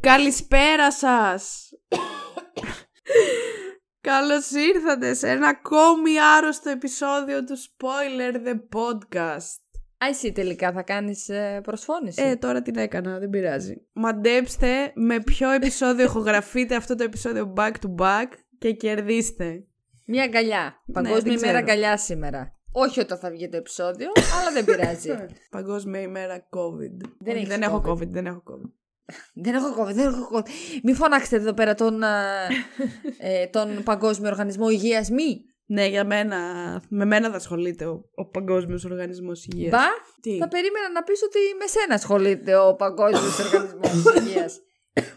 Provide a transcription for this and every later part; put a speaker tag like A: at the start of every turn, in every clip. A: Καλησπέρα σας! Καλώς ήρθατε σε ένα ακόμη άρρωστο επεισόδιο του Spoiler The Podcast.
B: Α, εσύ τελικά θα κάνεις ε, προσφώνηση.
A: Ε, τώρα την έκανα, δεν πειράζει. Μαντέψτε με ποιο επεισόδιο ηχογραφείτε αυτό το επεισόδιο back to back και κερδίστε.
B: Μια αγκαλιά. Παγκόσμια
A: δεν ξέρω.
B: ημέρα αγκαλιά σήμερα. Ναι, Όχι όταν θα βγει το επεισόδιο, αλλά δεν πειράζει.
A: Παγκόσμια ημέρα COVID.
B: Δεν
A: Όχι,
B: έχεις
A: δεν έχω
B: COVID.
A: COVID, δεν έχω COVID.
B: δεν έχω κόβει, δεν έχω κόβει. Μην φωνάξετε εδώ πέρα τον, α, ε, τον Παγκόσμιο Οργανισμό Υγείας, μη.
A: Ναι, για μένα, με μένα θα ασχολείται ο, ο Παγκόσμιος Οργανισμός Υγείας.
B: Μπα,
A: Τι?
B: θα περίμενα να πεις ότι με σένα ασχολείται ο Παγκόσμιος Οργανισμός Υγείας.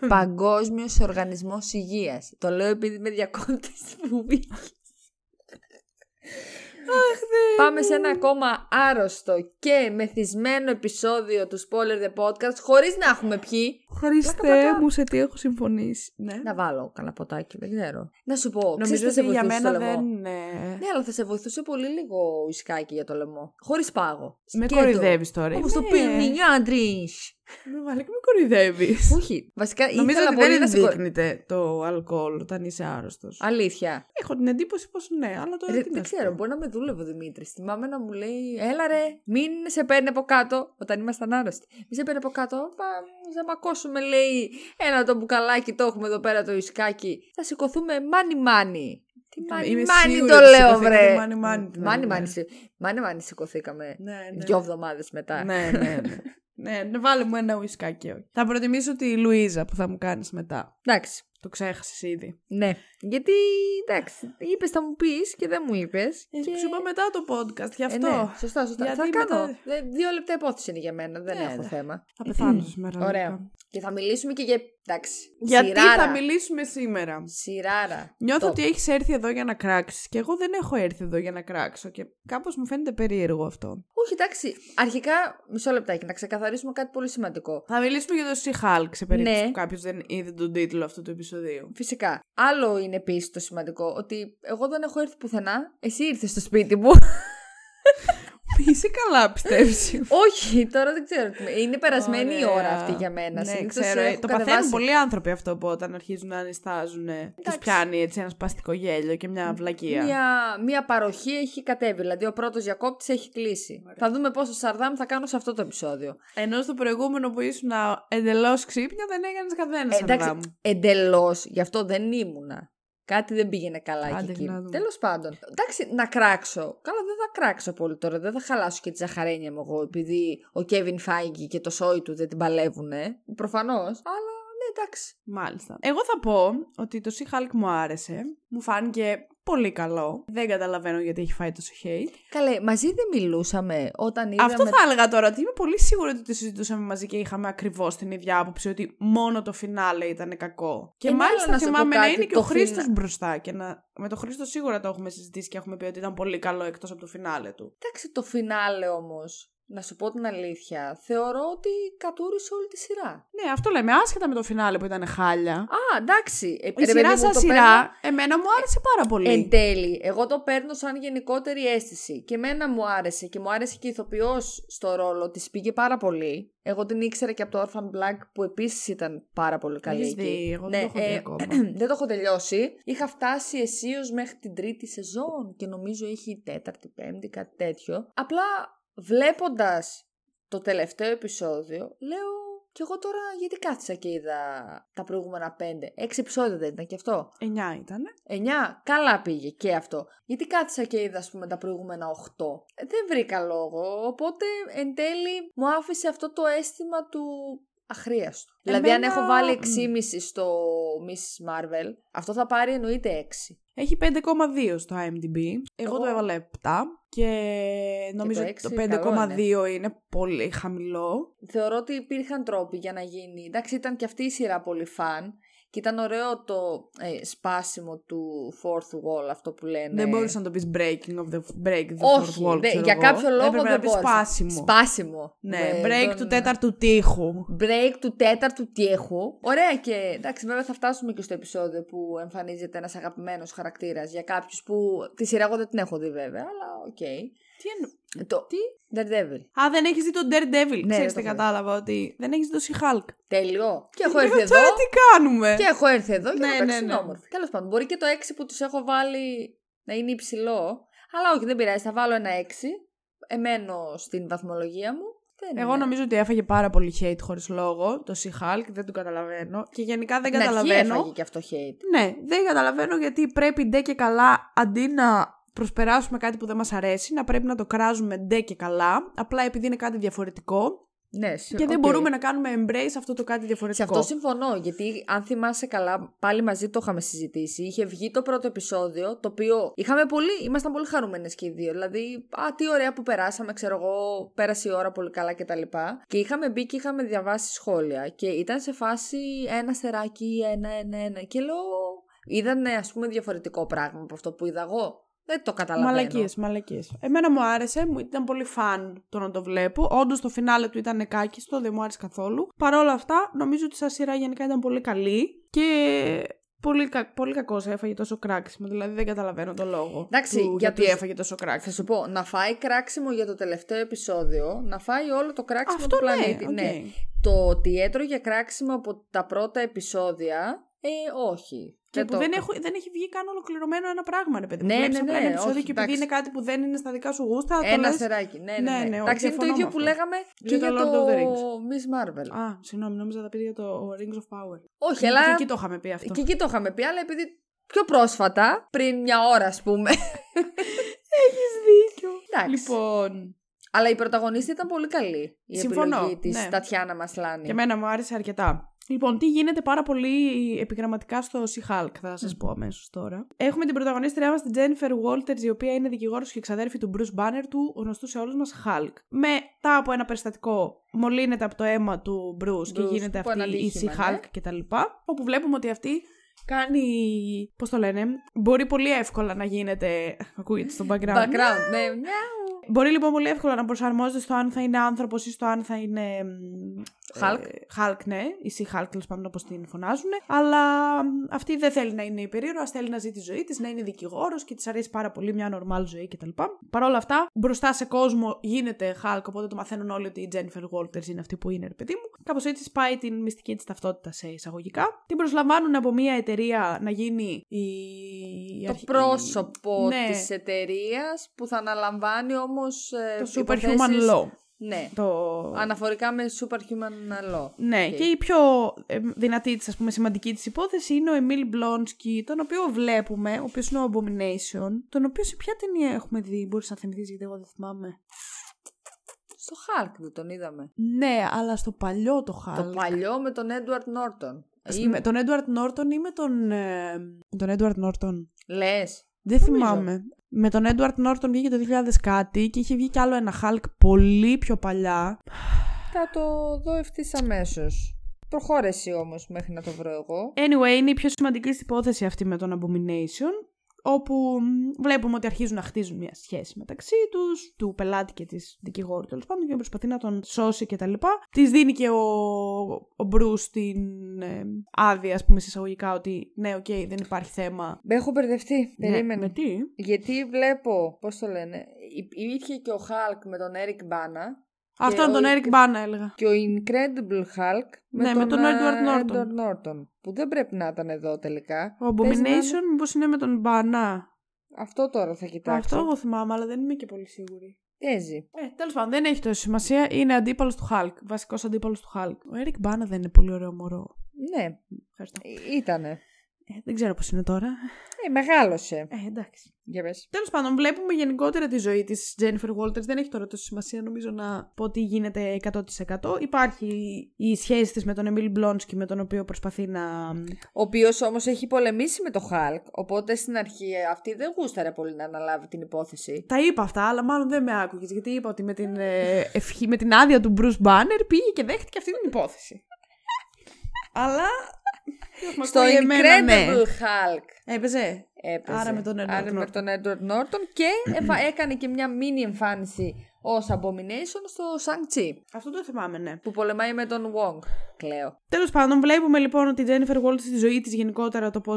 B: Παγκόσμιος Οργανισμός Υγείας. Το λέω επειδή με διακόπτες που βγήκες. Πάμε σε ένα ακόμα άρρωστο και μεθυσμένο επεισόδιο του Spoiler The Podcast χωρίς να έχουμε πιει.
A: Χριστέ
B: πλάκα.
A: μου, σε τι έχω συμφωνήσει. Ναι.
B: Να βάλω κανένα ποτάκι, δεν ξέρω. Να σου πω,
A: Νομίζω
B: ξέρεις τι
A: ότι
B: σε
A: για
B: βοηθούσε το
A: μένα
B: λαιμό.
A: δεν ε, είναι.
B: Ναι, αλλά θα σε βοηθούσε πολύ λίγο ουισκάκι για το λαιμό. Χωρίς πάγο.
A: Με
B: Σκέτο.
A: κοροϊδεύεις τώρα.
B: Όπως το
A: Ναι.
B: πίνει η άντρης.
A: Με βαλεί και με κοροϊδεύεις.
B: Όχι. Βασικά
A: Νομίζω
B: ήθελα
A: ότι
B: πολύ
A: δεν
B: να σηκω-
A: ενδείκνυται το αλκοόλ όταν είσαι άρρωστος.
B: Αλήθεια.
A: Έχω την εντύπωση πως ναι, αλλά τώρα
B: Ρε,
A: τι
B: δεν
A: να σου
B: ξέρω,
A: πω.
B: μπορεί να με δούλευε ο Δημήτρης. Θυμάμαι να μου λέει: Έλα ρε, μην σε παίρνει από κάτω όταν ήμασταν άρρωστοι. Μην σε παίρνει από κάτω. Πάμε να μακώσουμε, λέει. Ένα το μπουκαλάκι το έχουμε εδώ πέρα το ισκάκι. Θα σηκωθούμε μάνι μάνι. Τι μάνι
A: Είμαι
B: μάνι
A: σίγουρη
B: το
A: ότι
B: λέω,
A: σηκωθήκατε
B: βρε.
A: μάνι μάνι την άλλη
B: μάνι,
A: μέρα.
B: μάνι, σι- μάνι, μάνι σηκωθήκαμε
A: Ναι, ναι.
B: δύο εβδομάδες μετά.
A: Ναι, ναι, ναι. ναι, ναι, βάλε μου ένα ουισκάκι. όχι. Θα προτιμήσω τη Λουίζα που θα μου κάνεις μετά.
B: Εντάξει.
A: Το ξέχασες ήδη.
B: Ναι. Γιατί εντάξει, είπες θα μου πεις και δεν μου είπες.
A: Ε, Σου είπα μετά το podcast, γι'
B: Ε,
A: αυτό.
B: ναι, σωστά, σωστά.
A: Γιατί
B: θα κάνω.
A: μετά-
B: Δε- Δύο λεπτά υπόθεση είναι για μένα. Δεν
A: Ναι,
B: έχω
A: ρε.
B: θέμα.
A: Θα πεθάνω σήμερα.
B: Ωραία.
A: λοιπόν.
B: Και θα μιλήσουμε και για. Εντάξει.
A: Γιατί
B: σειράρα.
A: θα μιλήσουμε σήμερα.
B: Σειράρα.
A: Νιώθω
B: Το-
A: ότι έχεις έρθει εδώ για να κράξεις και εγώ δεν έχω έρθει εδώ για να κράξω και κάπως μου φαίνεται περίεργο αυτό.
B: Όχι, εντάξει. Αρχικά, μισό λεπτάκι, να ξεκαθαρίσουμε κάτι πολύ σημαντικό.
A: Θα μιλήσουμε για το She-Hulk σε περίπτωση
B: Ναι.
A: που κάποιος δεν είδε τον τίτλο αυτού του επεισοδίου.
B: Φυσικά. Άλλο είναι επίσης το σημαντικό, ότι εγώ δεν έχω έρθει πουθενά. Εσύ ήρθες στο σπίτι μου.
A: Είσαι καλά, πιστεύεις.
B: Όχι, τώρα δεν ξέρω. τι- Είναι περασμένη η ώρα αυτή για μένα.
A: Ναι,
B: Συνήθως
A: ξέρω.
B: έχω
A: το
B: κατεβάσει-
A: παθαίνουν πολλοί άνθρωποι αυτό που όταν αρχίζουν να ανιστάζουν. Του πιάνει έτσι ένας σπαστικό γέλιο και μια βλακεία.
B: Μια, μια παροχή έχει κατέβει. Δηλαδή, ο πρώτος διακόπτης έχει κλείσει. Θα δούμε πόσο σαρδάμ θα κάνω σε αυτό το επεισόδιο.
A: Ενώ στο προηγούμενο που ήσουν εντελώς ξύπνια δεν έκανες κανένα
B: Ε,
A: αυγά μου.
B: εντάξει, εντελώς. Γι' αυτό δεν ήμουνα. Κάτι δεν πήγαινε καλά
A: Άντε,
B: εκεί.
A: να δούμε.
B: Τέλος πάντων. Εντάξει, να κράξω. Καλά, δεν θα κράξω πολύ τώρα. Δεν θα χαλάσω και τη ζαχαρένια μου εγώ, επειδή ο Κέβιν Φάγκη και το σόι του δεν την παλεύουνε. Προφανώς. Αλλά ναι, εντάξει.
A: Μάλιστα. Εγώ θα πω ότι το Sea Hulk μου άρεσε. Μου φάνηκε πολύ καλό. Δεν καταλαβαίνω γιατί έχει φάει τόσο hate.
B: Καλέ, μαζί δεν μιλούσαμε όταν είδαμε.
A: Αυτό θα έλεγα τώρα ότι είμαι πολύ σίγουρη ότι το συζητούσαμε μαζί και είχαμε ακριβώς την ίδια άποψη ότι μόνο το φινάλε ήταν κακό. Και
B: Ε, ναι,
A: μάλιστα
B: αλλά να σου πω
A: θυμάμαι να
B: κάτι,
A: είναι και
B: το
A: ο Χρήστος
B: φινα-
A: μπροστά. Και να... Με τον Χρήστο σίγουρα το έχουμε συζητήσει και έχουμε πει ότι ήταν πολύ καλό εκτός από το φινάλε του.
B: Εντάξει, το φινάλε όμως. Να σου πω την αλήθεια. Θεωρώ ότι κατούρισε όλη τη σειρά.
A: Ναι, αυτό λέμε. Άσχετα με το φινάλε που ήταν χάλια.
B: Α, εντάξει. Ε,
A: Η
B: ρε παιδί
A: σειρά
B: μου,
A: σαν
B: το
A: σειρά, εμένα μου άρεσε πάρα
B: Εν
A: πολύ.
B: τέλει, εγώ το παίρνω σαν γενικότερη αίσθηση. Και εμένα μου άρεσε και μου άρεσε και η ηθοποιός στο ρόλο. Της πήγε πάρα πολύ. Εγώ την ήξερα και από το Orphan Black που επίσης ήταν πάρα πολύ καλή.
A: Έχεις
B: εκεί. Ναι,
A: δει,
B: ε,
A: εγώ δεν το έχω δει ακόμα.
B: δεν το έχω τελειώσει. Είχα φτάσει αισίως μέχρι την τρίτη σεζόν και νομίζω έχει η τέταρτη, πέμπτη, κάτι τέτοιο. Απλά βλέποντας το τελευταίο επεισόδιο, λέω. Και εγώ τώρα γιατί κάθισα και είδα τα προηγούμενα πέντε. Έξι επεισόδια δεν ήταν και αυτό.
A: Εννιά ήταν.
B: 9, καλά πήγε και αυτό. Γιατί κάθισα και είδα, ας πούμε, τα προηγούμενα 8. Ε, Δεν βρήκα λόγο. Οπότε εν τέλει μου άφησε αυτό το αίσθημα του αχρίαστου. Δηλαδή, αν
A: Εμένα-
B: έχω βάλει 6,5 στο Mrs. Marvel, αυτό θα πάρει εννοείται 6.
A: Έχει 5,2 στο IMDb. Εγώ
B: Εγώ-
A: το έβαλα 7 και νομίζω
B: το
A: ότι το,
B: έξι καλό
A: 5,2 είναι. πολύ χαμηλό.
B: Θεωρώ ότι υπήρχαν τρόποι για να γίνει. Εντάξει, ήταν και αυτή η σειρά πολύ φαν. Και ήταν ωραίο το ε, σπάσιμο του fourth wall, αυτό που λένε.
A: Δεν μπορούσες να το πεις breaking of the break the
B: Ναι. Όχι,
A: fourth wall,
B: δε-
A: ξέρω
B: για
A: εγώ.
B: κάποιο λόγο
A: Έπρεπε να
B: δεν
A: πεις
B: μπόρεσα.
A: σπάσιμο.
B: Σπάσιμο.
A: Ναι,
B: Με
A: break
B: τον-
A: του τέταρτου τείχου.
B: break του τέταρτου τέχου. Ωραία και εντάξει, βέβαια θα φτάσουμε και στο επεισόδιο που εμφανίζεται ένας αγαπημένος χαρακτήρας για κάποιους που τη σειρά εγώ δεν την έχω δει βέβαια, αλλά οκ.
A: Τι εννο...
B: Το.
A: Τι?
B: Daredevil.
A: Α, δεν έχεις δει τον Daredevil. Ξέρεις
B: Ναι, δεν
A: τι
B: το έχω
A: κατάλαβα ότι δεν έχεις δει τον She-Hulk.
B: Τέλειο. Και έχω
A: Λέω,
B: έρθει εδώ.
A: Ε, Τώρα τι κάνουμε.
B: Και έχω έρθει εδώ
A: Ναι,
B: για να παίξω
A: ναι, ναι.
B: συνόμορφη. Τέλος πάντων, μπορεί και το 6 που τους έχω βάλει να είναι υψηλό. Αλλά όχι, δεν πειράζει. Θα βάλω ένα 6. Εμένω στην βαθμολογία μου. Δεν
A: Εγώ
B: είναι.
A: νομίζω ότι έφαγε πάρα πολύ hate χωρίς λόγο το She-Hulk, δεν τον καταλαβαίνω. Και γενικά δεν
B: Στην αρχή
A: καταλαβαίνω.
B: έφαγε και αυτό hate.
A: Ναι, δεν καταλαβαίνω γιατί πρέπει ντε και καλά αντί να προσπεράσουμε κάτι που δεν μας αρέσει, να πρέπει να το κράζουμε ντε και καλά, απλά επειδή είναι κάτι διαφορετικό
B: Ναι, σε-
A: και δεν
B: οκ.
A: μπορούμε να κάνουμε embrace αυτό το κάτι
B: Σε
A: διαφορετικό.
B: αυτό συμφωνώ, γιατί αν θυμάσαι καλά, πάλι μαζί το είχαμε συζητήσει. Είχε βγει το πρώτο επεισόδιο, το οποίο είχαμε πολύ, ήμασταν πολύ χαρούμενες και οι δύο. Δηλαδή, α, τι ωραία που περάσαμε, ξέρω εγώ, πέρασε η ώρα πολύ καλά κτλ. Και είχαμε μπει και είχαμε διαβάσει σχόλια. Και ήταν σε φάση ένα στεράκι, ένα, ένα, ένα. Και λέω, είδανε ας πούμε διαφορετικό πράγμα από αυτό που είδα εγώ. Δεν το καταλαβαίνω.
A: Μαλακίες, μαλακίες. Εμένα μου άρεσε, μου ήταν πολύ φαν το να το βλέπω. Όντως το φινάλε του ήταν κάκιστο, δεν μου άρεσε καθόλου. Παρ' όλα αυτά, νομίζω ότι σαν σειρά γενικά ήταν πολύ καλή και πολύ, κα... πολύ κακός έφαγε τόσο κράξιμο. Δηλαδή δεν καταλαβαίνω το λόγο.
B: Εντάξει,
A: του
B: για
A: γιατί
B: τους-
A: έφαγε τόσο
B: Θα
A: κράξιμο.
B: σου πω, να φάει κράξιμο για το τελευταίο επεισόδιο, να φάει όλο το κράξιμο
A: Αυτό
B: του πλανήτη.
A: ναι, οκ.
B: Το ότι έτρωγε κράξιμο από τα πρώτα επεισόδια, ε, όχι.
A: Και που
B: το
A: δεν,
B: έκανα.
A: έχω, δεν έχει βγει καν ολοκληρωμένο ένα πράγμα, ρε παιδί μου.
B: Ναι,
A: Βλέπεις
B: ναι,
A: απλά
B: ναι,
A: ένα επεισόδιο
B: όχι,
A: και επειδή
B: εντάξει.
A: είναι κάτι που δεν είναι στα δικά σου γούστα, το
B: Ένα
A: λες...
B: αστεράκι. Ναι,
A: Ναι,
B: ναι, ναι.
A: ναι, όχι,
B: Εντάξει, είναι το
A: διαφωνώ
B: ίδιο
A: με
B: που
A: αυτό.
B: λέγαμε και,
A: για
B: για
A: το
B: το
A: Lord of the Rings.
B: Miss Marvel.
A: Α, συγγνώμη, νόμιζα θα πει για το Rings of Power.
B: όχι,
A: Και
B: αλλά
A: εκεί το είχαμε πει αυτό.
B: και εκεί το είχαμε πει, αλλά επειδή πιο πρόσφατα, πριν μια ώρα ας πούμε.
A: Έχεις δίκιο.
B: Εντάξει.
A: Λοιπόν,
B: αλλά η πρωταγωνίστη ήταν πολύ καλή. Η
A: Συμφωνώ,
B: επιλογή της
A: ναι.
B: Τατιάνα Μασλάνη.
A: και εμένα μου άρεσε αρκετά. Λοιπόν, τι γίνεται πάρα πολύ επιγραμματικά στο She-Hulk, θα σας πω αμέσως τώρα. Έχουμε την πρωταγωνίστρια μας, την Jennifer Walters, η οποία είναι δικηγόρος και ξαδέρφη του Bruce Banner, του γνωστού σε όλους μας Hulk. Μετά από ένα περιστατικό, μολύνεται από το αίμα του Bruce, και
B: Bruce,
A: γίνεται
B: που είναι
A: αυτή η
B: αντίχημα,
A: She-Hulk
B: ναι.
A: κτλ. Όπου βλέπουμε ότι αυτή κάνει. Πώς το λένε, μπορεί πολύ εύκολα να γίνεται. Ακούγεται στο background.
B: Background, ναι, ναι.
A: Μπορεί λοιπόν πολύ εύκολα να προσαρμόζεται στο αν θα είναι άνθρωπος ή στο αν θα είναι. μ,
B: Hulk.
A: Ε, Hulk, ναι. Ή Sea Hulk, τέλος πάντων, όπως την φωνάζουν. Αλλά μ, αυτή δεν θέλει να είναι υπερήρωα, θέλει να ζει τη ζωή της, να είναι δικηγόρος και της αρέσει πάρα πολύ μια normal ζωή κτλ. Παρ' όλα αυτά, μπροστά σε κόσμο γίνεται Hulk, οπότε το μαθαίνουν όλοι ότι η Jennifer Walters είναι αυτή που είναι, ρε παιδί μου. Κάπως έτσι σπάει την μυστική της ταυτότητα σε εισαγωγικά. Την προσλαμβάνουν από μια εταιρεία να γίνει η. η
B: Το
A: αρχι- η-
B: πρόσωπο
A: Ναι.
B: της εταιρείας που θα αναλαμβάνει όμως ε,
A: Το
B: υποθέσεις-
A: superhuman law.
B: Ναι.
A: Το...
B: Αναφορικά με superhuman law.
A: Ναι,
B: Οκ.
A: και η πιο ε, δυνατή της, ας πούμε, σημαντική της υπόθεση είναι ο Εμίλ Μπλόνσκι, τον οποίο βλέπουμε, ο οποίος είναι ο Abomination, τον οποίο σε ποια ταινία έχουμε δει, μπορείς να θυμηθείς γιατί εγώ δεν θυμάμαι.
B: Στο Hulk δεν τον είδαμε.
A: Ναι, αλλά στο παλιό το Hulk.
B: Το παλιό με τον Edward Norton. Ή...
A: Με τον Edward Norton ή με τον... ε, με τον Edward Norton.
B: Λες.
A: Δεν θυμάμαι. Με τον Edward Norton βγήκε το 2000 κάτι και είχε βγει κι άλλο ένα Hulk πολύ πιο παλιά.
B: Θα το δω ευθύς αμέσως. Προχώρεση όμως μέχρι να το βρω εγώ.
A: Anyway, είναι η πιο σημαντική στην υπόθεση αυτή με τον Abomination, όπου μ, βλέπουμε ότι αρχίζουν να χτίζουν μια σχέση μεταξύ τους, του πελάτη και της δικηγόρου τέλος πάντων, και προσπαθεί να τον σώσει κτλ. Της δίνει και ο, ο Bruce την ε, άδεια, ας πούμε, συσσαγωγικά, ότι ναι, οκ, δεν υπάρχει θέμα.
B: Με έχω μπερδευτεί. Περίμενε.
A: Ναι, με τι?
B: Γιατί βλέπω, πώς το λένε, υ- υπήρχε και ο Hulk με τον Eric Bana
A: Αυτό είναι
B: ο-
A: τον Eric Bana, έλεγα.
B: και ο Incredible Hulk με,
A: Ναι,
B: τον,
A: με τον
B: α,
A: Edward Norton.
B: Edward Norton, Που δεν πρέπει να ήταν εδώ τελικά.
A: Ο
B: Πες ναι, να είναι-
A: Abomination, μήπως είναι με τον Bana.
B: Αυτό τώρα θα κοιτάξω.
A: Αυτό εγώ θυμάμαι, αλλά δεν είμαι και πολύ σίγουρη.
B: Παίζει.
A: Ε, τέλος πάντων, δεν έχει τόση σημασία. Είναι αντίπαλος του Hulk. Βασικός αντίπαλος του Hulk. Ο Eric Bana δεν είναι πολύ ωραίο μωρό.
B: Ναι,
A: Ευχαριστώ.
B: ή- ήτανε.
A: Ε, δεν ξέρω πώς είναι τώρα.
B: Ε, μεγάλωσε.
A: Ε, εντάξει.
B: Για πες.
A: Τέλος πάντων, βλέπουμε γενικότερα τη ζωή της Jennifer Walters. Δεν έχει τώρα τόση σημασία, νομίζω, να πω ότι γίνεται 100%. Υπάρχει η σχέση της με τον Emil Blonsky, με τον οποίο προσπαθεί να.
B: Ο οποίος όμως έχει πολεμήσει με το Hulk. Οπότε στην αρχή ε, αυτή δεν γούσταρε πολύ να αναλάβει την υπόθεση.
A: Τα είπα αυτά, αλλά μάλλον δεν με άκουγες. Γιατί είπα ότι με την, ε, ευχή, με την άδεια του Bruce Banner πήγε και δέχτηκε αυτή την υπόθεση. αλλά έχουμε
B: Στο
A: ακούει εμένα,
B: Incredible
A: ναι.
B: Hulk
A: Έπαιζε.
B: έπαιζε.
A: Άρα με τον Edward
B: Άρα με
A: Norton.
B: τον Edward Norton και εφα- έκανε και μια μίνι εμφάνιση ως Abomination στο Shang-Chi
A: Αυτό το θυμάμαι, ναι.
B: που πολεμάει με τον Wong, κλαίω.
A: Τέλος πάντων, βλέπουμε λοιπόν ότι η Jennifer Waltz στη ζωή της γενικότερα το πώς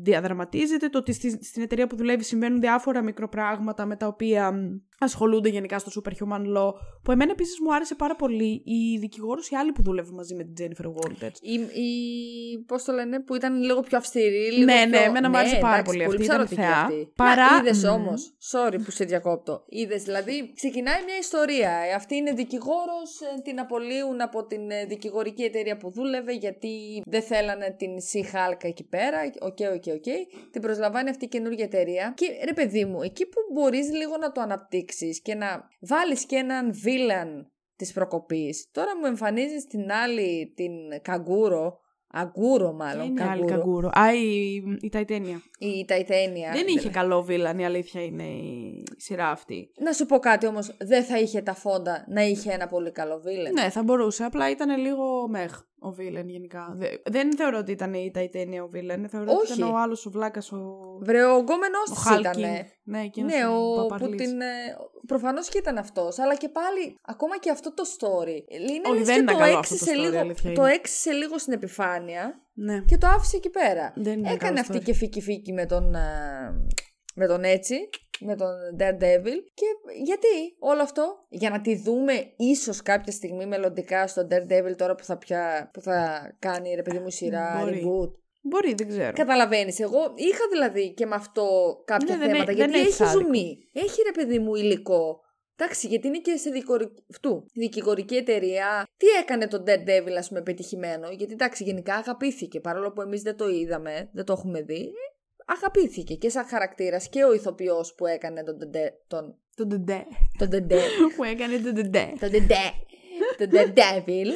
A: διαδραματίζεται, το ότι στη- στην εταιρεία που δουλεύει συμβαίνουν διάφορα μικροπράγματα με τα οποία μ, ασχολούνται γενικά στο Superhuman Law. Που εμένα επίσης μου άρεσε πάρα πολύ η δικηγόρος η άλλη που δούλευε μαζί με την Jennifer Walters.
B: Η, η, πώς το λένε, που ήταν λίγο πιο αυστηρή. Λίγο
A: Ναι,
B: πιο...
A: ναι, εμένα μου άρεσε πάρα πολύ αυτή, ήταν
B: ψαρωτική
A: θεά.
B: αυτή.
A: Παρά-
B: Παρά... Είδες
A: Μμμ.
B: όμως. Sorry που σε διακόπτω. Είδες, δηλαδή, ξεκινάει μια ιστορία. Ε, Αυτή είναι δικηγόρος, την απολύουν από την ε, δικηγορική εταιρεία που δούλευε γιατί δεν θέλανε την Σιχάλκα εκεί πέρα. Οκ, οκ, οκ. Την προσλαμβάνει αυτή η καινούργια εταιρεία. Και ρε, παιδί μου, εκεί που μπορείς λίγο να το αναπτύξεις και να βάλεις και έναν βίλαν της προκοπής. Τώρα μου εμφανίζεις την άλλη, την Καγκούρο. Αγκούρο,
A: Ποια
B: μάλλον.
A: Είναι η άλλη
B: καγκούρο.
A: καγκούρο. Α, η, η Titania.
B: Η Ταϊτένια.
A: Δεν είχε καλό βίλαν, η αλήθεια είναι η σειρά αυτή.
B: Να σου πω κάτι όμως, δεν θα είχε τα φόντα να είχε ένα πολύ καλό βίλεν.
A: Ναι, θα μπορούσε. Απλά ήταν λίγο μεχ ο βίλεν γενικά. Δε- Δεν θεωρώ ότι ήταν η Titania ο βίλεν. Θεωρώ ότι
B: Όχι.
A: ήταν ο άλλος ο βλάκας ο
B: Βρε, ο γκόμενό
A: Ο
B: τη
A: Χάλκινγκ.
B: ήταν.
A: Ναι, εκείνος
B: Ναι,
A: ο
B: ο, που
A: Παπαρλής.
B: την. Προφανώς και ήταν αυτός. Αλλά και πάλι, ακόμα και αυτό το story. Είναι
A: Όχι,
B: λες
A: δεν
B: και
A: ήταν
B: το
A: καλό
B: έξι
A: αυτό το
B: σε
A: story,
B: λίγο,
A: αλήθεια
B: το
A: είναι.
B: έξισε λίγο στην επιφάνεια
A: Ναι.
B: και το άφησε εκεί πέρα.
A: Δεν είναι
B: Έκανε
A: καλό
B: αυτή
A: story.
B: και φίκι-φίκι με τον, α, με τον έτσι, με τον Daredevil. Και γιατί όλο αυτό, για να τη δούμε ίσως κάποια στιγμή μελλοντικά στον Daredevil τώρα που θα, πια, που θα κάνει ρε παιδί μου σειρά,
A: Μπορεί.
B: reboot.
A: Μπορεί, δεν ξέρω.
B: Καταλαβαίνεις, εγώ είχα δηλαδή και με αυτό κάποια
A: Ναι, δεν
B: θέματα,
A: έ-
B: γιατί
A: δεν έχεις
B: έχει
A: άδικο.
B: ζουμί, έχει ρε παιδί μου υλικό. Εντάξει, γιατί είναι και σε δικηγορική, αυτού, δικηγορική εταιρεία. Τι έκανε τον Daredevil, ας πούμε, πετυχημένο. Γιατί εντάξει, γενικά αγαπήθηκε. Παρόλο που εμείς δεν το είδαμε, δεν το έχουμε δει. ε, Αγαπήθηκε και σαν χαρακτήρας και ο ηθοποιός που έκανε τον Daredevil. Τον,
A: Το ντεντέ.
B: τον Daredevil.
A: Που έκανε το ντεντέ.
B: Το Dede. Το Daredevil.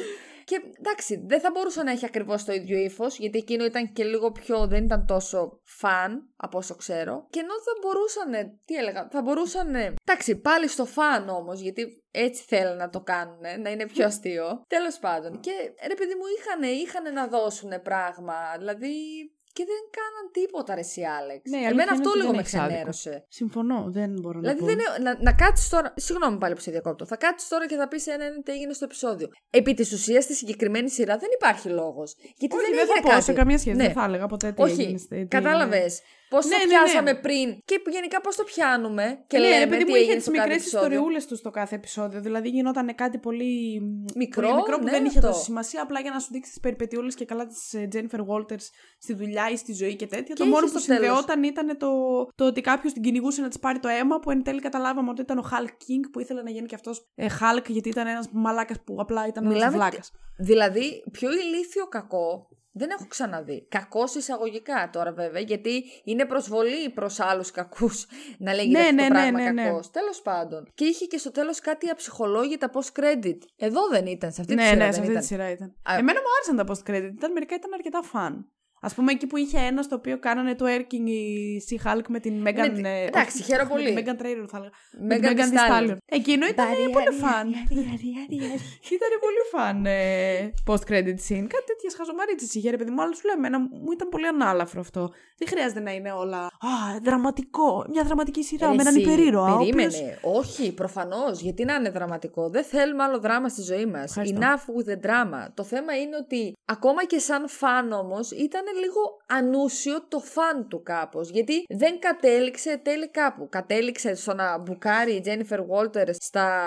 B: Και εντάξει, δεν θα μπορούσε να έχει ακριβώς το ίδιο ύφος, γιατί εκείνο ήταν και λίγο πιο. δεν ήταν τόσο φαν, από όσο ξέρω. Και ενώ θα μπορούσαν. τι έλεγα, θα μπορούσαν. εντάξει, πάλι στο φαν όμως, γιατί έτσι θέλουν να το κάνουν, να είναι πιο αστείο. Τέλος πάντων. Και ρε παιδί μου, είχαν, είχαν να δώσουν πράγμα. Δηλαδή. και δεν κάναν τίποτα, ρε εσύ, Άλεξ.
A: Ναι, η αλήθεια
B: Εμένα αυτό
A: είναι ότι
B: λίγο με
A: δεν έχεις άδικο.
B: ξενέρωσε.
A: Συμφωνώ, δεν μπορώ
B: Δηλαδή
A: να πω.
B: δεν, έχω- να, να κάτσεις τώρα. Συγγνώμη πάλι που σε διακόπτω. Θα κάτσεις τώρα και θα πεις ένα ένα ναι, τι έγινε στο επεισόδιο. Επί της ουσίας στη συγκεκριμένη σειρά δεν υπάρχει λόγος. Γιατί
A: Όχι,
B: δεν
A: δεν θα
B: έγινε
A: πω
B: κάτι.
A: σε καμία σχέση.
B: Ναι.
A: Δεν θα έλεγα ποτέ τι έγινε.
B: Όχι, κατάλαβες. Πώς
A: Ναι, ναι, ναι.
B: το πιάσαμε πριν και γενικά πώς το πιάνουμε. Και
A: Και λέει,
B: λέμε
A: επειδή
B: τι
A: Ναι, μου είχε
B: έγινε
A: τι
B: στο κάθε
A: μικρές
B: επεισόδιο.
A: ιστοριούλες τους στο κάθε επεισόδιο. Δηλαδή γινόταν κάτι πολύ
B: Μικρό,
A: πολύ μικρό που
B: ναι,
A: δεν είχε
B: αυτό.
A: τόσο σημασία. Απλά για να σου δείξει τις περιπετειούλες και καλά τη Τζένιφερ Walters στη δουλειά ή στη ζωή και τέτοια.
B: Και
A: το μόνο
B: είχε
A: που
B: στο τέλος.
A: συνδεόταν ήταν το, το ότι κάποιος την κυνηγούσε να της πάρει το αίμα που εν τέλει καταλάβαμε ότι ήταν ο Hulk King που ήθελε να γίνει και αυτός ε, Hulk γιατί ήταν ένας μαλάκας που απλά ήταν ένας
B: Μιλάμε
A: βλάκας.
B: Δηλαδή, πιο ηλίθιο κακό δεν έχω ξαναδεί. Κακός εισαγωγικά τώρα βέβαια, γιατί είναι προσβολή προς άλλους κακούς να λέγεται
A: Ναι,
B: αυτό
A: ναι,
B: το
A: ναι,
B: πράγμα
A: ναι, ναι.
B: κακός. Τέλος πάντων. Και είχε και στο τέλος κάτι αψυχολόγητα post credit. Εδώ δεν ήταν, σε αυτή τη
A: Ναι,
B: σειρά
A: ναι, σε
B: δεν
A: αυτή
B: ήταν.
A: τη σειρά ήταν.
B: Α.
A: Εμένα μου άρεσαν τα post credit. Ήταν μερικά ήταν αρκετά φαν. Ας πούμε εκεί που είχε ένα στο οποίο κάνανε το έρκινγκ η Sea Hulk με την Megan.
B: την-
A: ε,
B: εντάξει,
A: όχι,
B: χαίρομαι
A: Με
B: πολύ.
A: την Megan Trainor θα έλεγα.
B: Megan
A: με την
B: Thee
A: Megan Thee
B: Stallion.
A: Stallion. Εκείνο ήταν
B: Μπαρι,
A: πολύ
B: αρι,
A: φαν.
B: αρι, αρι, αρι, αρι.
A: Ήταν πολύ φαν ε, post credit scene. Κάτι τέτοια σχαζομαρίτσες είχε, ρε παιδί μου. Αλλά σου λέω, εμένα μου ήταν πολύ ανάλαφρο αυτό. Δεν χρειάζεται να είναι όλα. Α, δραματικό. Μια δραματική σειρά με έναν
B: Εσύ,
A: υπερήρωα. ο οποίος-
B: Περίμενε. Όχι, προφανώς. Γιατί να είναι δραματικό. Δεν θέλουμε άλλο δράμα στη ζωή μας.
A: Ευχαριστώ.
B: Enough with the drama. Το θέμα είναι ότι ακόμα και σαν φαν όμως ήταν λίγο ανούσιο το φαν του κάπως. Γιατί δεν κατέληξε τέλει κάπου. Κατέληξε στο να μπουκάρει η Jennifer Walters στα.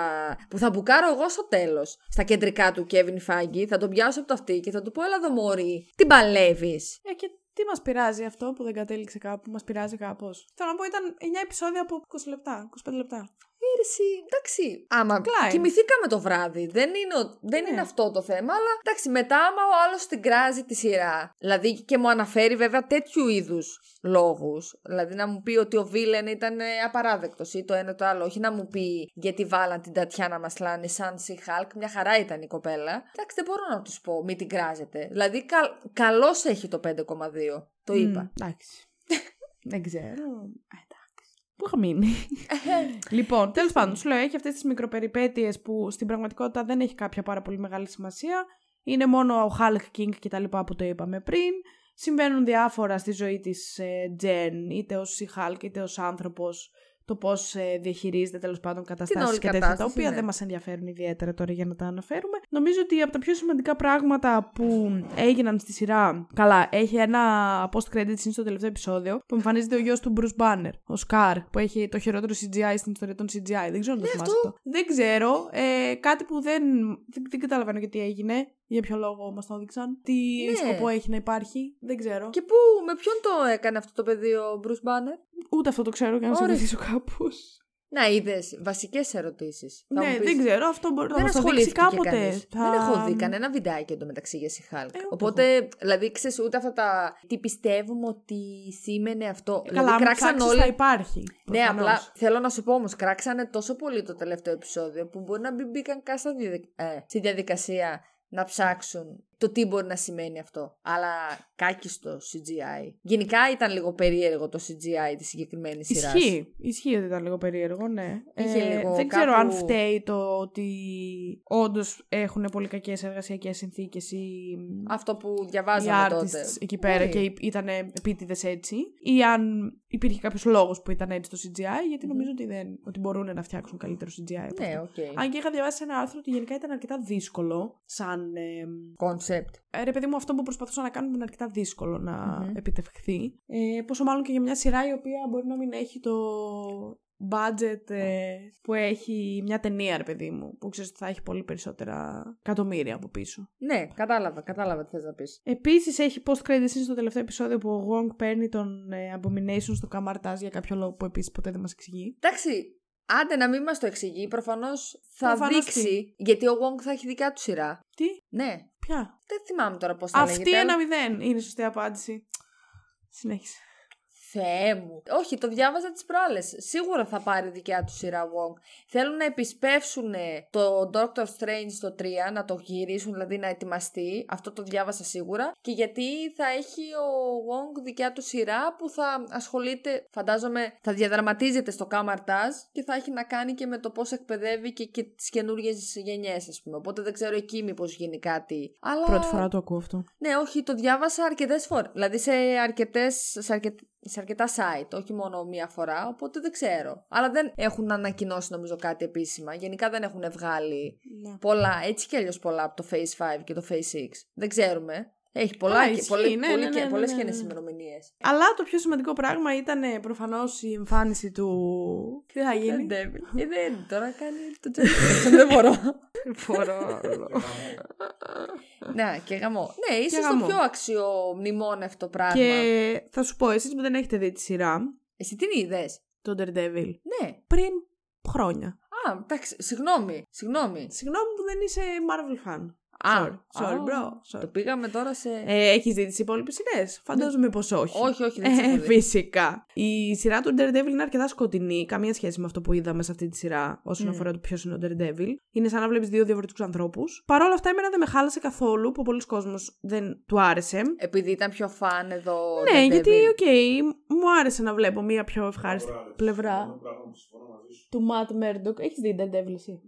B: που θα μπουκάρω εγώ στο τέλος. Στα κεντρικά του Kevin Feige. Θα τον πιάσω από το αυτή και θα του πω, Έλα εδώ μωρή. Τι παλεύεις.
A: Ε, και τι μας πειράζει αυτό που δεν κατέληξε κάπου, μας πειράζει κάπως. Θέλω να πω, ήταν 9 επεισόδια από 20 λεπτά, 25 λεπτά.
B: Πέρσι, εντάξει. Άμα
A: Κλάιν.
B: κοιμηθήκαμε το βράδυ. Δεν, είναι, ο- δεν
A: Ναι.
B: είναι αυτό το θέμα, αλλά εντάξει, μετά άμα ο άλλος την κράζει τη σειρά. Δηλαδή και μου αναφέρει βέβαια τέτοιου είδους λόγους. Δηλαδή να μου πει ότι ο Βίλεν ήταν απαράδεκτος ή το ένα το άλλο. Όχι να μου πει γιατί βάλαν την Τατιάνα Μασλάνη σαν Σι Χάλκ. Μια χαρά ήταν η κοπέλα. Εντάξει, δεν μπορώ να τους πω, μην την κράζετε. Δηλαδή καλ, καλώ έχει το 5,2. Το είπα.
A: Μμ, εντάξει. δεν ξέρω. Ε, εντάξει. Πού είχα μείνει. λοιπόν, τέλο πάντων, σου λέω, έχει αυτές τις μικροπεριπέτειες που στην πραγματικότητα δεν έχει κάποια πάρα πολύ μεγάλη σημασία. Είναι μόνο ο Hulk King και τα λοιπά που το είπαμε πριν. Συμβαίνουν διάφορα στη ζωή της ε, Τζεν, είτε ως η Χάλκ, είτε ως άνθρωπος, το πώς ε, διαχειρίζεται τέλος πάντων καταστάσεις
B: όλη
A: και τέτοια τα
B: κατάσταση,
A: οποία
B: ναι.
A: δεν μας ενδιαφέρουν ιδιαίτερα τώρα για να τα αναφέρουμε. Νομίζω ότι από τα πιο σημαντικά πράγματα που έγιναν στη σειρά, καλά, έχει ένα post-credit scene στο τελευταίο επεισόδιο που εμφανίζεται ο γιος του Bruce Banner, ο Scar, που έχει το χειρότερο CGI στην ιστορία των CGI. Δεν ξέρω αν το θυμάστε
B: αυτό.
A: Ναι, αυτό. Δεν ξέρω, ε, κάτι που δεν, δεν, δεν καταλαβαίνω γιατί έγινε. Για ποιο λόγο μας το έδειξαν, τι
B: Ναι.
A: σκοπό έχει να υπάρχει, δεν ξέρω.
B: Και πού, με ποιον το έκανε αυτό το παιδί ο Bruce Banner.
A: Ούτε αυτό το ξέρω για να σε
B: Ωραία.
A: βοηθήσω κάπως.
B: Να είδες βασικές ερωτήσεις.
A: Ναι, δεν ξέρω, αυτό μπορεί να
B: Δεν
A: μας το δείξει
B: ασχολήθηκα
A: κάποτε. Θα- Ε,
B: Δεν έχω δει κανένα βιντεάκι εντωμεταξύ για She Hulk.
A: ούτε
B: Οπότε, δηλαδή, ξέρεις ούτε αυτά τα. Τι πιστεύουμε ότι σήμαινε αυτό.
A: Ε, Καλά,
B: δηλαδή,
A: αν
B: κράξαν
A: ψάξεις
B: όλοι.
A: θα υπάρχει.
B: Ναι,
A: προφανώς.
B: απλά θέλω να σου πω όμως, κράξανε τόσο πολύ το τελευταίο επεισόδιο που μπορεί να μην μπήκαν καν στα διαδικ- ε, στη διαδικασία να ψάξουν το τι μπορεί να σημαίνει αυτό. Αλλά κάκιστο CGI. Γενικά ήταν λίγο περίεργο το CGI της συγκεκριμένης σειράς.
A: Ισχύει. Ισχύει ότι ήταν λίγο περίεργο, ναι.
B: Είχε λίγο
A: δεν ξέρω αν
B: κάπου-
A: φταίει το ότι όντως έχουν πολύ κακές εργασιακές συνθήκες ή
B: Αυτό που
A: οι
B: διαβάζαμε τότε. Ναι.
A: artists εκεί πέρα
B: Μπορεί.
A: και ήταν επίτηδες έτσι. Ή αν υπήρχε κάποιος λόγος που ήταν έτσι το CGI, γιατί νομίζω ότι, δεν, ότι μπορούν να φτιάξουν καλύτερο CGI. από
B: Ναι,
A: αυτό.
B: οκ.
A: Αν και είχα διαβάσει ένα άρθρο ότι γενικά ήταν αρκετά δύσκολο σαν εμ,
B: Κόνσεπτ.
A: ε, ρε παιδί μου, αυτό που προσπαθούσα να κάνω ήταν αρκετά δύσκολο να
B: Μμμ.
A: επιτευχθεί. Ε, πόσο μάλλον και για μια σειρά η οποία μπορεί να μην έχει το budget ε, που έχει μια ταινία, ρε παιδί μου, που ξέρεις ότι θα έχει πολύ περισσότερα εκατομμύρια από πίσω.
B: Ναι, κατάλαβα, κατάλαβα τι θες να πεις.
A: Επίσης έχει post-credit scene στο τελευταίο επεisόδιο που ο Wong παίρνει τον ε, Abomination στο καμαρτάζ για κάποιο λόγο που επίσης ποτέ δεν μας εξηγεί.
B: Εντάξει, άντε να μην μας το εξηγεί, προφανώς θα
A: Προφανώς
B: δείξει, γιατί ο Wong θα έχει δικιά του σειρά.
A: Τι,
B: Ναι,
A: ποια.
B: δεν θυμάμαι τώρα πώς θα
A: Αυτή
B: λέγεται.
A: ένα μηδέν είναι η σωστή απάντηση. Συνέχισε.
B: Θεέ μου. Όχι, το διάβαζα τις προάλλες. Σίγουρα θα πάρει δικιά του σειρά Wong. Θέλουν να επισπεύσουν ε, το Doctor Strange στο 3, να το γυρίσουν, δηλαδή να ετοιμαστεί. Αυτό το διάβασα σίγουρα. Και γιατί θα έχει ο Wong δικιά του σειρά που θα ασχολείται, φαντάζομαι, θα διαδραματίζεται στο Καμαρτάζ και θα έχει να κάνει και με το πώς εκπαιδεύει και, και τις καινούργιες γενιές, ας πούμε. Οπότε δεν ξέρω εκεί μήπως γίνει κάτι. Αλλά...
A: Πρώτη φορά το ακούω αυτό.
B: Ναι, όχι, το διάβασα αρκετές φορέ. Δηλαδή σε, αρκετές, σε, αρκε... σε αρκετά site, όχι μόνο μία φορά. Οπότε δεν ξέρω. Αλλά δεν έχουν ανακοινώσει νομίζω κάτι επίσημα. Γενικά δεν έχουν βγάλει
A: Ναι.
B: πολλά, έτσι κι αλλιώς πολλά από το Phase 5 και το Phase 6. Δεν ξέρουμε. Έχει πολλά
A: Καλά,
B: και
A: ισχύει,
B: πολλέ
A: ναι, ναι, ναι, ναι,
B: πολλές
A: ναι,
B: καινές
A: ναι.
B: ημερομηνίες.
A: Αλλά το πιο σημαντικό πράγμα ήταν προφανώς η εμφάνιση του. Τι θα γίνει.
B: Ε, δεν, τώρα κάνει το Jackson, δεν μπορώ. ναι, και γαμό. Ναι, ίσως
A: γαμό.
B: το πιο αξιομνημόνευτο πράγμα.
A: Και θα σου πω, εσείς που δεν έχετε δει τη σειρά,
B: Εσύ την είδες.
A: τον Daredevil,
B: Ναι.
A: πριν χρόνια.
B: Α, εντάξει, συγγνώμη, συγγνώμη.
A: Συγγνώμη που δεν είσαι Marvel fan.
B: Α,
A: Sorry, sorry,
B: α,
A: bro.
B: Το
A: Sorry.
B: πήγαμε τώρα σε...
A: Ε, έχεις δει τις υπόλοιπες σειρές. Φαντάζομαι πως όχι.
B: Ναι. όχι, όχι, δεν
A: Ε,
B: ξέρω. δει.
A: φυσικά. Η σειρά του Daredevil είναι αρκετά σκοτεινή. Καμία σχέση με αυτό που είδαμε σε αυτή τη σειρά όσον
B: Μμμ.
A: αφορά το ποιος είναι ο Daredevil. Είναι σαν να βλέπεις δύο διαφορετικούς ανθρώπους. Παρ' όλα αυτά, εμένα δεν με χάλασε καθόλου που πολλοί κόσμοι δεν του άρεσε.
B: Επειδή ήταν πιο φαν εδώ... ο
A: Ναι,
B: Daredevil.
A: γιατί, οκ, μου άρεσε να βλέπω μία πιο ευχάριστη πλευρά του Matt Murdock. Έχεις δει Daredevil εσύ.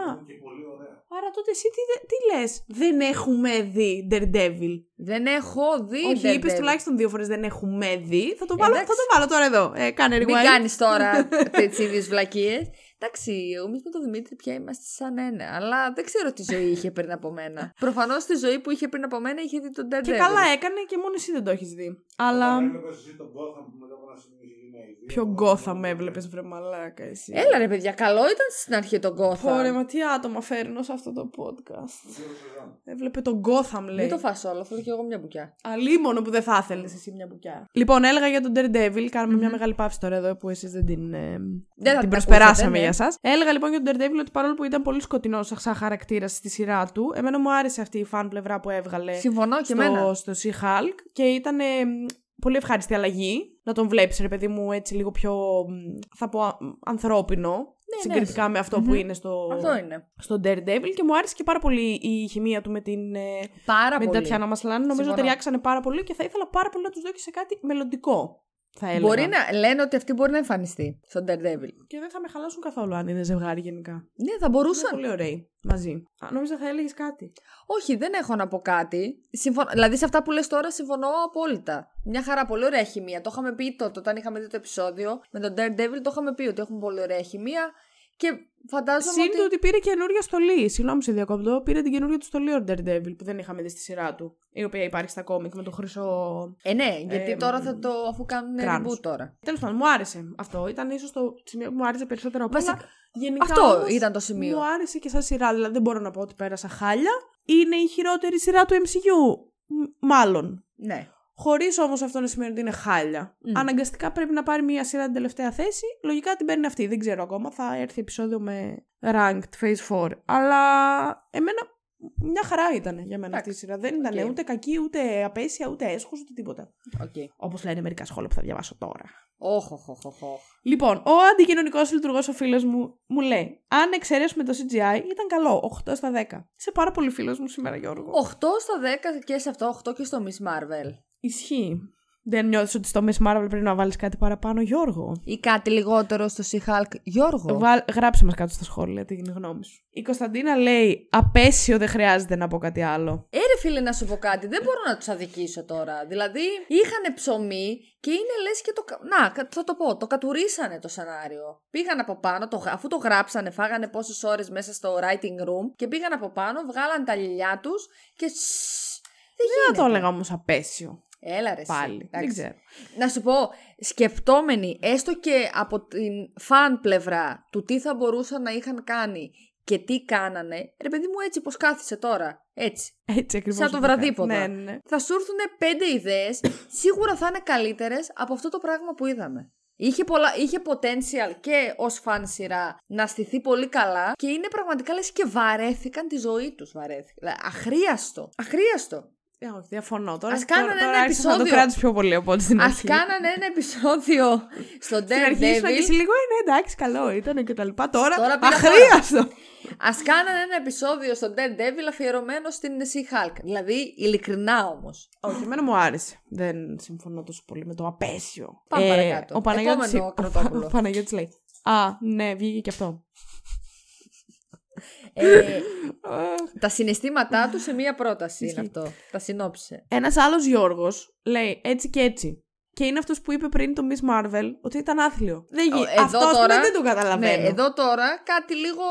A: Α,
C: Ναι, Και πολύ ωραία.
A: άρα τότε εσύ τι, τι λες, δεν έχουμε δει Daredevil.
B: Δεν έχω δει
A: Όχι,
B: Daredevil.
A: είπες τουλάχιστον δύο φορές δεν έχουμε δει. Θα το βάλω, θα
B: Εντάξει.
A: το βάλω τώρα εδώ. Ε, κάνε rewind.
B: Μην κάνεις τώρα τι ίδιε βλακίες. Εντάξει, εμεί με τον Δημήτρη πια είμαστε σαν ένα. Αλλά δεν ξέρω τι ζωή είχε πριν από μένα. Προφανώς τη ζωή που είχε πριν από μένα είχε δει τον Daredevil.
A: Και καλά έκανε και μόνο εσύ δεν το έχεις δει. Αλλά
C: Όταν έβλεπες εσύ τον Gotham που μετά από ένα σημείο είχε γίνει αηδία,
A: πιο
C: όταν
A: γκόθα
C: τον
A: με
C: έβλεπες,
A: έβλεπες βρε μαλάκα εσύ.
B: Έλα ρε παιδιά, καλό ήταν στην αρχή τον
A: Ωραία,
B: Gotham.
A: μα τι άτομα φέρνω σε αυτό το podcast.
C: δύο σεζόν.
A: Έβλεπε τον Gotham, λέει.
B: Μην το φας όλο, θέλω κι εγώ μια μπουκιά.
A: Αλίμονο που δεν θα ήθελες εσύ μια μπουκιά. Λοιπόν, έλεγα για τον Daredevil. Κάνουμε μια μεγάλη παύση τώρα εδώ που εσείς δεν την, ε,
B: Δεν
A: την
B: θα την
A: προσπεράσαμε
B: ακούσετε, ναι.
A: για σας. Έλεγα λοιπόν για τον Daredevil ότι παρόλο που ήταν πολύ σκοτεινός σαν χαρακτήρας στη σειρά του, εμένα μου άρεσε αυτή η φαν πλευρά που έβγαλε
B: Συμφωνώ και εμένα.
A: Ε, στο, στο Sea-Hulk και ήταν ε, μ, πολύ ευχάριστη αλλαγή να τον βλέπεις, ρε παιδί μου, έτσι λίγο πιο. μ, θα πω α- μ, ανθρώπινο. συγκριτικά με αυτο που
B: Ναι, Μμμ.
A: είναι στο,
B: Αυτό είναι.
A: στο Daredevil και μου άρεσε και πάρα πολύ η χημεία του με την. ε,
B: Πάρα
A: με την
B: πολύ.
A: Τατιάνα Μασλάνη. Νομίζω
B: Συμφωνώ.
A: ταιριάξανε πάρα πολύ και θα ήθελα πάρα πολύ να τους δω και σε κάτι μελλοντικό. θα έλεγα.
B: Μπορεί να, λένε ότι αυτή μπορεί να εμφανιστεί στον Daredevil.
A: Και δεν θα με χαλάσουν καθόλου αν είναι ζευγάρι γενικά.
B: Ναι, θα
A: Είναι
B: μπορούσαν.
A: πολύ ωραίοι μαζί. Α, νόμιζα θα έλεγες κάτι.
B: Όχι, δεν έχω να πω κάτι. Συμφωνώ... Δηλαδή, σε αυτά που λες τώρα, συμφωνώ απόλυτα. Μια χαρά, πολύ ωραία χημεία. Το είχαμε πει τότε, όταν είχαμε δει το επεισόδιο με τον Daredevil, το είχαμε πει ότι έχουν πολύ ωραία χημεία. Και φαντάζομαι
A: Συν
B: ότι.
A: το ότι πήρε καινούρια στολή. Συγγνώμη, σε διακόπτω. Πήρε την καινούρια του στολή ο Daredevil που δεν είχαμε δει στη σειρά του. Η οποία υπάρχει στα κόμικ με το χρυσό
B: Ε, ναι, γιατί
A: Ε,
B: τώρα θα το. αφού κάνουν
A: κράνος.
B: reboot τώρα.
A: Τέλος πάντων, μου άρεσε αυτό. Ήταν ίσως το σημείο που μου άρεσε περισσότερο από όλα.
B: Βασικά,
A: Γενικά,
B: αυτό
A: όμως,
B: ήταν το σημείο.
A: Μου άρεσε και σαν σειρά. Δηλαδή, δεν μπορώ να πω ότι πέρασα χάλια. Είναι η χειρότερη σειρά του MCU. μ- Μάλλον.
B: Ναι.
A: Χωρίς όμως αυτό να σημαίνει ότι είναι χάλια.
B: Μμ.
A: Αναγκαστικά πρέπει να πάρει μια σειρά την τελευταία θέση. Λογικά την παίρνει αυτή. Δεν ξέρω ακόμα. Θα έρθει επεισόδιο με ranked phase 4. Αλλά εμένα μια χαρά ήταν για μένα αυτή η
B: Εντάξει.
A: σειρά. Δεν ήταν
B: Οκ.
A: ούτε κακή, ούτε απέσια, ούτε έσχος, ούτε τίποτα.
B: Οκ.
A: Όπως λένε μερικά σχόλια που θα διαβάσω τώρα.
B: Όχ, οχ, οχ, οχ, οχ.
A: Λοιπόν, ο αντικοινωνικός λειτουργός ο φίλος μου μου λέει: Αν εξαιρέσουμε το CGI, ήταν καλό. 8 στα 10. Είσαι πάρα πολύ φίλος μου σήμερα, Γιώργο.
B: 8 στα 10 και σε αυτό, 8 και στο Miss Marvel.
A: Ισχύει. Δεν νιώθεις ότι στο Miss Marvel πρέπει να βάλεις κάτι παραπάνω, Γιώργο.
B: Ή κάτι λιγότερο στο Sea Hulk. Γιώργο.
A: Βάλ, γράψε μας κάτω στα σχόλια την γνώμη σου. Η Κωνσταντίνα λέει: Απέσιο δεν χρειάζεται να πω κάτι άλλο.
B: Ε, ρε φίλε, να σου πω κάτι. Δεν μπορώ να τους αδικήσω τώρα. Δηλαδή, είχαν ψωμί και είναι λες και το. κα- Να, κα- θα το πω. Το κατουρίσανε το σενάριο. Πήγαν από πάνω, το, γα- αφού το γράψανε, φάγανε πόσες ώρες μέσα στο writing room και πήγαν από πάνω, βγάλανε τα λιλιά τους και. σσσ, Δεν
A: Δεν θα
B: γίνεται.
A: το έλεγα όμω απέσιο.
B: Έλα ρε εσύ.
A: Πάλι. Δεν
B: Ναι, Εντάξει.
A: ξέρω.
B: Να σου πω, σκεπτόμενοι έστω και από την φαν πλευρά του τι θα μπορούσαν να είχαν κάνει και τι κάνανε, ρε παιδί μου έτσι πως κάθισε τώρα, έτσι.
A: Έτσι ακριβώς.
B: Σαν το βραδύποδα.
A: Ναι, ναι, ναι.
B: Θα σου έρθουν πέντε ιδέες, σίγουρα θα είναι καλύτερες από αυτό το πράγμα που είδαμε. Είχε, πολλά, είχε potential και ως φαν σειρά να στηθεί πολύ καλά και είναι πραγματικά λες και βαρέθηκαν τη ζωή τους, βαρέθηκαν. Δηλαδή, Αχρίαστο, αχρίαστο.
A: Ε, όχι, διαφωνώ. Τώρα,
B: Ας
A: τώρα,
B: κάνανε
A: τώρα
B: ένα
A: άρχισες να το
B: επεισόδιο.
A: κράτησε πιο πολύ από ό,τι στην
B: Ας
A: αρχή.
B: κάνανε ένα επεισόδιο στο
A: Στην αρχή ήσουν και εσύ
B: Daredevil.
A: λίγο, ε, ναι, εντάξει, καλό ήταν και τα λοιπά. Τώρα,
B: Τώρα πήρα
A: αχρίαστο.
B: Ας κάνανε ένα επεισόδιο στο Daredevil αφιερωμένο στην Sea Hulk. Δηλαδή, ειλικρινά όμως.
A: Όχι, εμένα μου άρεσε. Δεν συμφωνώ τόσο πολύ με το απέσιο. Ε,
B: Πάμε παρακάτω.
A: Ο Παναγιώτης,
B: Επόμενο
A: ο-
B: Κροτόπουλο.
A: ο Παναγιώτης λέει, α, ναι, βγήκε και αυτό.
B: Ε,
A: Αχ,
B: τα συναισθήματά του σε μία πρόταση είναι
A: Ισχύει.
B: αυτό. Τα συνόψε.
A: Ένας άλλος Γιώργος λέει έτσι και έτσι. Και είναι αυτός που είπε πριν το Miss Marvel ότι ήταν άθλιο. Δεν
B: Ο,
A: γι...
B: Ε, εδώ
A: αυτός ας πούμε,
B: τώρα-
A: δεν το καταλαβαίνω.
B: Ναι, εδώ τώρα κάτι λίγο.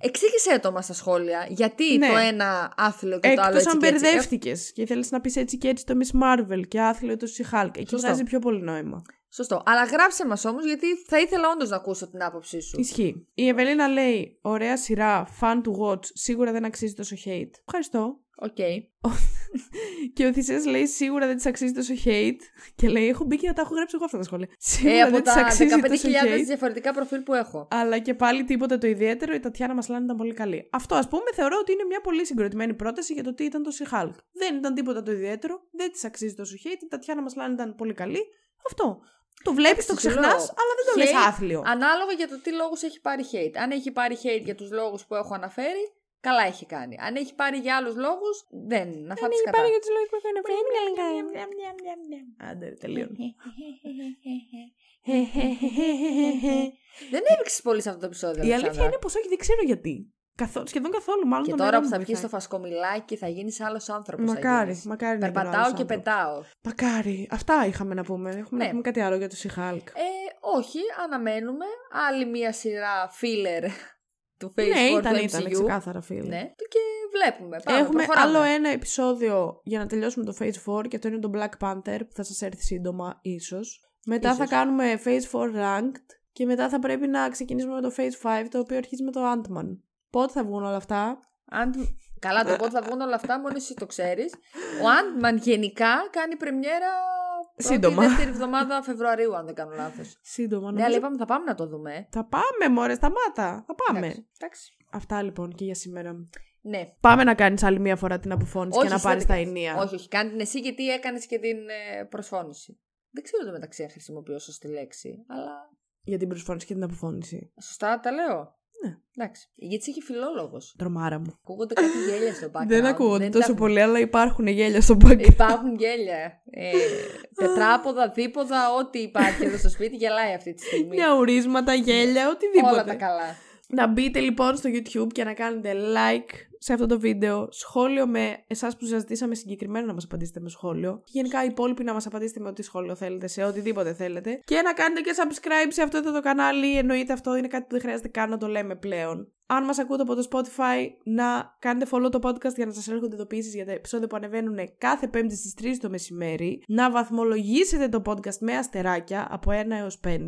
B: Εξήγησέ το μα στα σχόλια. Γιατί
A: Ναι.
B: το ένα άθλιο και το
A: Εκτός
B: άλλο έτσι.
A: αν
B: και έτσι.
A: μπερδεύτηκες και ήθελε να πεις έτσι και έτσι το Miss Marvel και άθλιο το She Hulk. Εκεί
B: Σωστό.
A: βγάζει πιο πολύ νόημα.
B: Ε, Σωστό. Αλλά γράψε μας όμως, γιατί θα ήθελα όντως να ακούσω την άποψή σου.
A: Ισχύει. Η Ευελίνα λέει: Ωραία σειρά, fun to watch, σίγουρα δεν αξίζει τόσο hate. Ευχαριστώ.
B: Οκ. Ε,
A: Και ο Θησία λέει: Σίγουρα δεν της αξίζει τόσο hate. Και λέει: Έχω μπει και να τα έχω γράψει εγώ αυτά τα σχόλια. Σίγουρα
B: Ε, από
A: δεν της
B: τα
A: δηλαδή αξίζει
B: 15.000
A: τόσο hate.
B: διαφορετικά προφίλ που έχω.
A: Αλλά και πάλι τίποτα το ιδιαίτερο. Η Τατιάνα Μασλάν ήταν πολύ καλή. Αυτό, ας πούμε, θεωρώ ότι είναι μια πολύ συγκροτημένη πρόταση για το τι ήταν το Σιχάλκ. Δεν ήταν τίποτα το ιδιαίτερο. Δεν της αξίζει τόσο hate. Η Τατιάνα Μασλάν ήταν πολύ καλή. Αυτό. Το βλέπεις, το
B: σου
A: ξεχνάς,
B: λέω,
A: αλλά δεν το
B: hate
A: λες άθλιο.
B: Ανάλογα για το τι λόγους έχει πάρει hate. Αν έχει πάρει hate για τους λόγους που έχω αναφέρει, καλά έχει κάνει. Αν έχει πάρει για άλλους λόγους, δεν. Να φάτε κατά.
A: πάρει για τους λόγους που έκανε. Άντε, τελείωνε.
B: Δεν έριξε πολύ σε αυτό το επεισόδιο.
A: Η αλήθεια
B: Αλεξάνδρα.
A: είναι πως όχι, δεν ξέρω γιατί. Καθόλου, σχεδόν καθόλου, μάλλον.
B: Και
A: τον
B: τώρα
A: αέρα
B: που
A: μου
B: θα βγεις
A: βοηθάει.
B: στο φασκομιλάκι, θα γίνεις άλλος άνθρωπος.
A: Μακάρι, μακάρι να γίνω
B: Περπατάω
A: άλλος
B: και
A: άνθρωπος.
B: πετάω.
A: Μακάρι. Αυτά είχαμε να πούμε. Έχουμε
B: Ναι.
A: να πούμε κάτι άλλο για το Σιχάλκ.
B: Ε, όχι, αναμένουμε άλλη μία σειρά filler του Facebook.
A: Ναι, ήταν,
B: του
A: ήταν
B: MCU.
A: ξεκάθαρα, φίλε.
B: Ναι, και βλέπουμε. Πάμε,
A: Έχουμε
B: προχωράμε.
A: άλλο ένα επεισόδιο για να τελειώσουμε το Phase 4 και αυτό είναι το Black Panther που θα σας έρθει σύντομα ίσως. Μετά
B: Ίσως.
A: θα κάνουμε Phase 4 Ranked και μετά θα πρέπει να ξεκινήσουμε με το Phase 5 το οποίο αρχίζει με το Ant-Man. Πότε θα βγουν όλα αυτά.
B: Αν... Καλά, το πότε θα βγουν όλα αυτά, μόνο εσύ το ξέρεις. Ο Άντμαν γενικά κάνει πρεμιέρα. πρώτη
A: Σύντομα.
B: ή Δεύτερη εβδομάδα Φεβρουαρίου, αν δεν κάνω λάθος.
A: Σύντομα
B: ναι, αλλά
A: νομίζω.
B: είπαμε θα πάμε να το δούμε. ε.
A: Θα πάμε μωρέ, σταμάτα. Θα πάμε.
B: Εντάξει, Εντάξει.
A: Αυτά λοιπόν και για σήμερα.
B: Ναι.
A: Πάμε να κάνεις άλλη μία φορά την αποφώνηση
B: Όχι,
A: και να
B: εσύ
A: πάρεις
B: δεν
A: τα
B: κάνεις.
A: ενία.
B: Όχι, όχι. Κάνει την εσύ γιατί έκανες και την ε, προσφώνηση. Δεν ξέρω το μεταξύ αν χρησιμοποιώ σωστή λέξη, αλλά
A: Για την προσφώνηση και την αποφώνηση.
B: σωστά τα λέω.
A: Ναι.
B: Εντάξει. Γιατί είχε φιλόλογος.
A: Τρομάρα μου.
B: Ακούγονται κάτι γέλια στο background.
A: δεν ακούγονται
B: τα- Ε,
A: τόσο πολύ, αλλά υπάρχουν γέλια στο background.
B: Υπάρχουν γέλια. Ε, τετράποδα, δίποδα, ό,τι υπάρχει εδώ στο σπίτι γελάει αυτή τη στιγμή.
A: Μια ουρίσματα, γέλια, οτιδήποτε.
B: Όλα τα καλά.
A: Να μπείτε λοιπόν στο YouTube και να κάνετε like σε αυτό το βίντεο, σχόλιο με εσάς που σα ζητήσαμε συγκεκριμένα να μας απαντήσετε με σχόλιο. Και γενικά οι υπόλοιποι να μας απαντήσετε με ό,τι σχόλιο θέλετε, σε οτιδήποτε θέλετε. Και να κάνετε και subscribe σε αυτό εδώ το κανάλι. Εννοείται αυτό είναι κάτι που δεν χρειάζεται καν να το λέμε πλέον. Αν μας ακούτε από το Spotify, να κάνετε follow το podcast για να σας έρχονται ειδοποιήσεις για τα επεισόδια που ανεβαίνουν κάθε Πέμπτη στις 3 το μεσημέρι. Να βαθμολογήσετε το podcast με αστεράκια από 1 έω 5.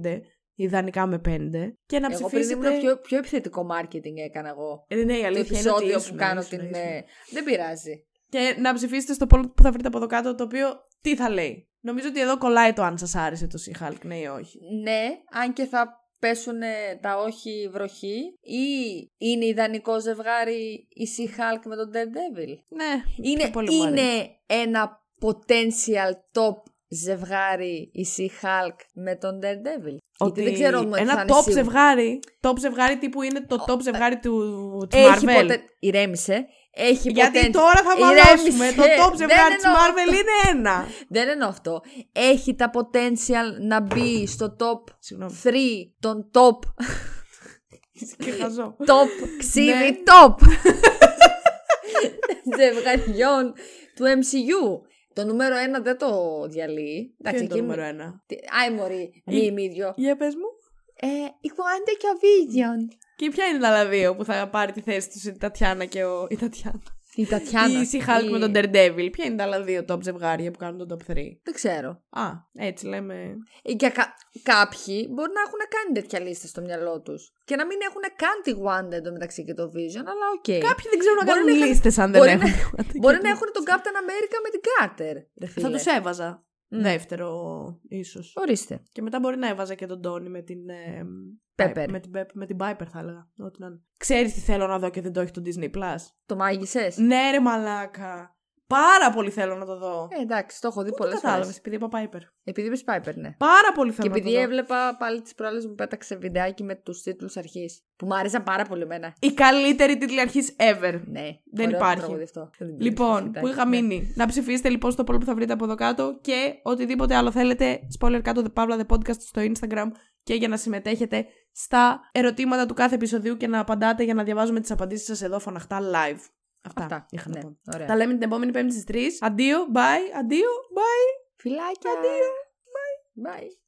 A: Ιδανικά με 5. Και να
B: Εγώ πριν
A: ψηφίσετε.
B: ήμουν πιο, πιο επιθετικό marketing έκανα εγώ.
A: Ε, ναι, η
B: Το
A: αλήθεια είναι ότι
B: επεισόδιο που
A: ήσουν,
B: κάνω
A: ήσουν,
B: την.
A: ήσουν.
B: ε, Δεν πειράζει.
A: Και να ψηφίσετε στο poll που θα βρείτε από εδώ κάτω, το οποίο τι θα λέει. Νομίζω ότι εδώ κολλάει το αν σας άρεσε το Sea Hulk, ναι ή όχι.
B: Ναι, αν και θα πέσουν τα όχι βροχή ή είναι ιδανικό ζευγάρι η Sea Hulk με τον Daredevil.
A: Ναι,
B: Είναι,
A: πιο πολύ μου αρέσει.
B: είναι ένα potential top ζευγάρι η Sea Hulk με τον Daredevil.
A: Ότι
B: Ότι δεν ξέρω ότι θα
A: ένα
B: είναι
A: top
B: σίγουρο. ε,
A: ζευγάρι, top ζευγάρι τύπου είναι το top ζευγάρι του της
B: Έχει
A: Marvel.
B: ποτέ... Ηρέμησε. Έχει
A: Γιατί
B: potential-
A: τώρα θα μαλώσουμε,
B: Ηρέμησε. Ναι,
A: το top
B: Δεν
A: ζευγάρι της
B: εννοώ
A: Marvel
B: αυτό.
A: είναι ένα.
B: Δεν εννοώ αυτό. Έχει τα potential να μπει στο top
A: Συγγνώμη,
B: 3 των top,
A: και χαζό.
B: top
A: Ναι.
B: ξύδι top ζευγαριών του MCU. Το νούμερο 1 δεν το διαλύει.
A: Ποιο είναι το
B: εκεί-
A: νούμερο ένα.
B: Τι- Άι μωρή, μη μύδιο.
A: Για πες μου.
B: Ε, η Wanda και ο Vision.
A: Και ποια είναι τα άλλα δύο που θα πάρει τη θέση τους η Τατιάνα και ο... η Τατιάνα.
B: Η Τατιάνα.
A: Η Sea Hulk με τον Daredevil. Ποια είναι τα άλλα δύο top ζευγάρια που κάνουν το top 3.
B: Δεν ξέρω.
A: Α, έτσι λέμε.
B: Ε, Και κα- κάποιοι μπορεί να έχουν κάνει τέτοια λίστα στο μυαλό τους. Και να μην έχουν καν τη Wanda εντωμεταξύ και το Vision, αλλά οκ.
A: Κάποιοι δεν ξέρουν να
B: Μπορεί
A: κάνουν
B: να είχαν-
A: λίστες αν δεν
B: μπορεί
A: έχουν.
B: να-
A: τίποτα.
B: Μπορεί να έχουν τον Captain America με την Carter. ρε φίλε.
A: Θα τους έβαζα.
B: Μμ.
A: Δεύτερο, ίσως.
B: Ορίστε.
A: Και μετά μπορεί να έβαζα και τον Τόνι με την. ε, μ,
B: Pepper.
A: Με την, Pep- με την Piper, θα έλεγα. Ό,τι να είναι. Ξέρεις τι θέλω να δω και δεν το έχει το Disney Plus.
B: Το μάγισσες.
A: Ναι, ρε μαλάκα. Πάρα πολύ θέλω να το δω.
B: Ε, εντάξει, το έχω δει
A: Πού
B: πολλέ
A: το κατάλαβε,
B: φορέ.
A: επειδή είπα Piper.
B: Επειδή είπες Piper, ναι.
A: Πάρα πολύ
B: Και
A: θέλω να το
B: επειδή
A: δω.
B: έβλεπα πάλι τις προάλλες μου πέταξε βιντεάκι με τους τίτλους αρχής. Που μου άρεσαν πάρα πολύ εμένα.
A: Η καλύτερη τίτλη αρχής ever.
B: Ναι,
A: Δεν
B: ωραίο
A: υπάρχει.
B: τραγούδι αυτό.
A: Λοιπόν, που είχα
B: Ναι.
A: μείνει. Να ψηφίσετε λοιπόν στο πόλο που θα βρείτε από εδώ κάτω και οτιδήποτε άλλο θέλετε. Spoiler κάτω, The Pavla The Podcast στο Instagram και για να συμμετέχετε στα ερωτήματα του κάθε επεισοδίου και να απαντάτε για να διαβάζουμε τις απαντήσεις σας εδώ φωναχτά live. Αυτά,
B: Αυτά.
A: είχα
B: Ναι,
A: να πω.
B: ωραία.
A: Τα λέμε την επόμενη Πέμπτη στις 3. Αντίο, bye, αντίο, bye.
B: Φιλάκια. Αντίο. Bye. Bye.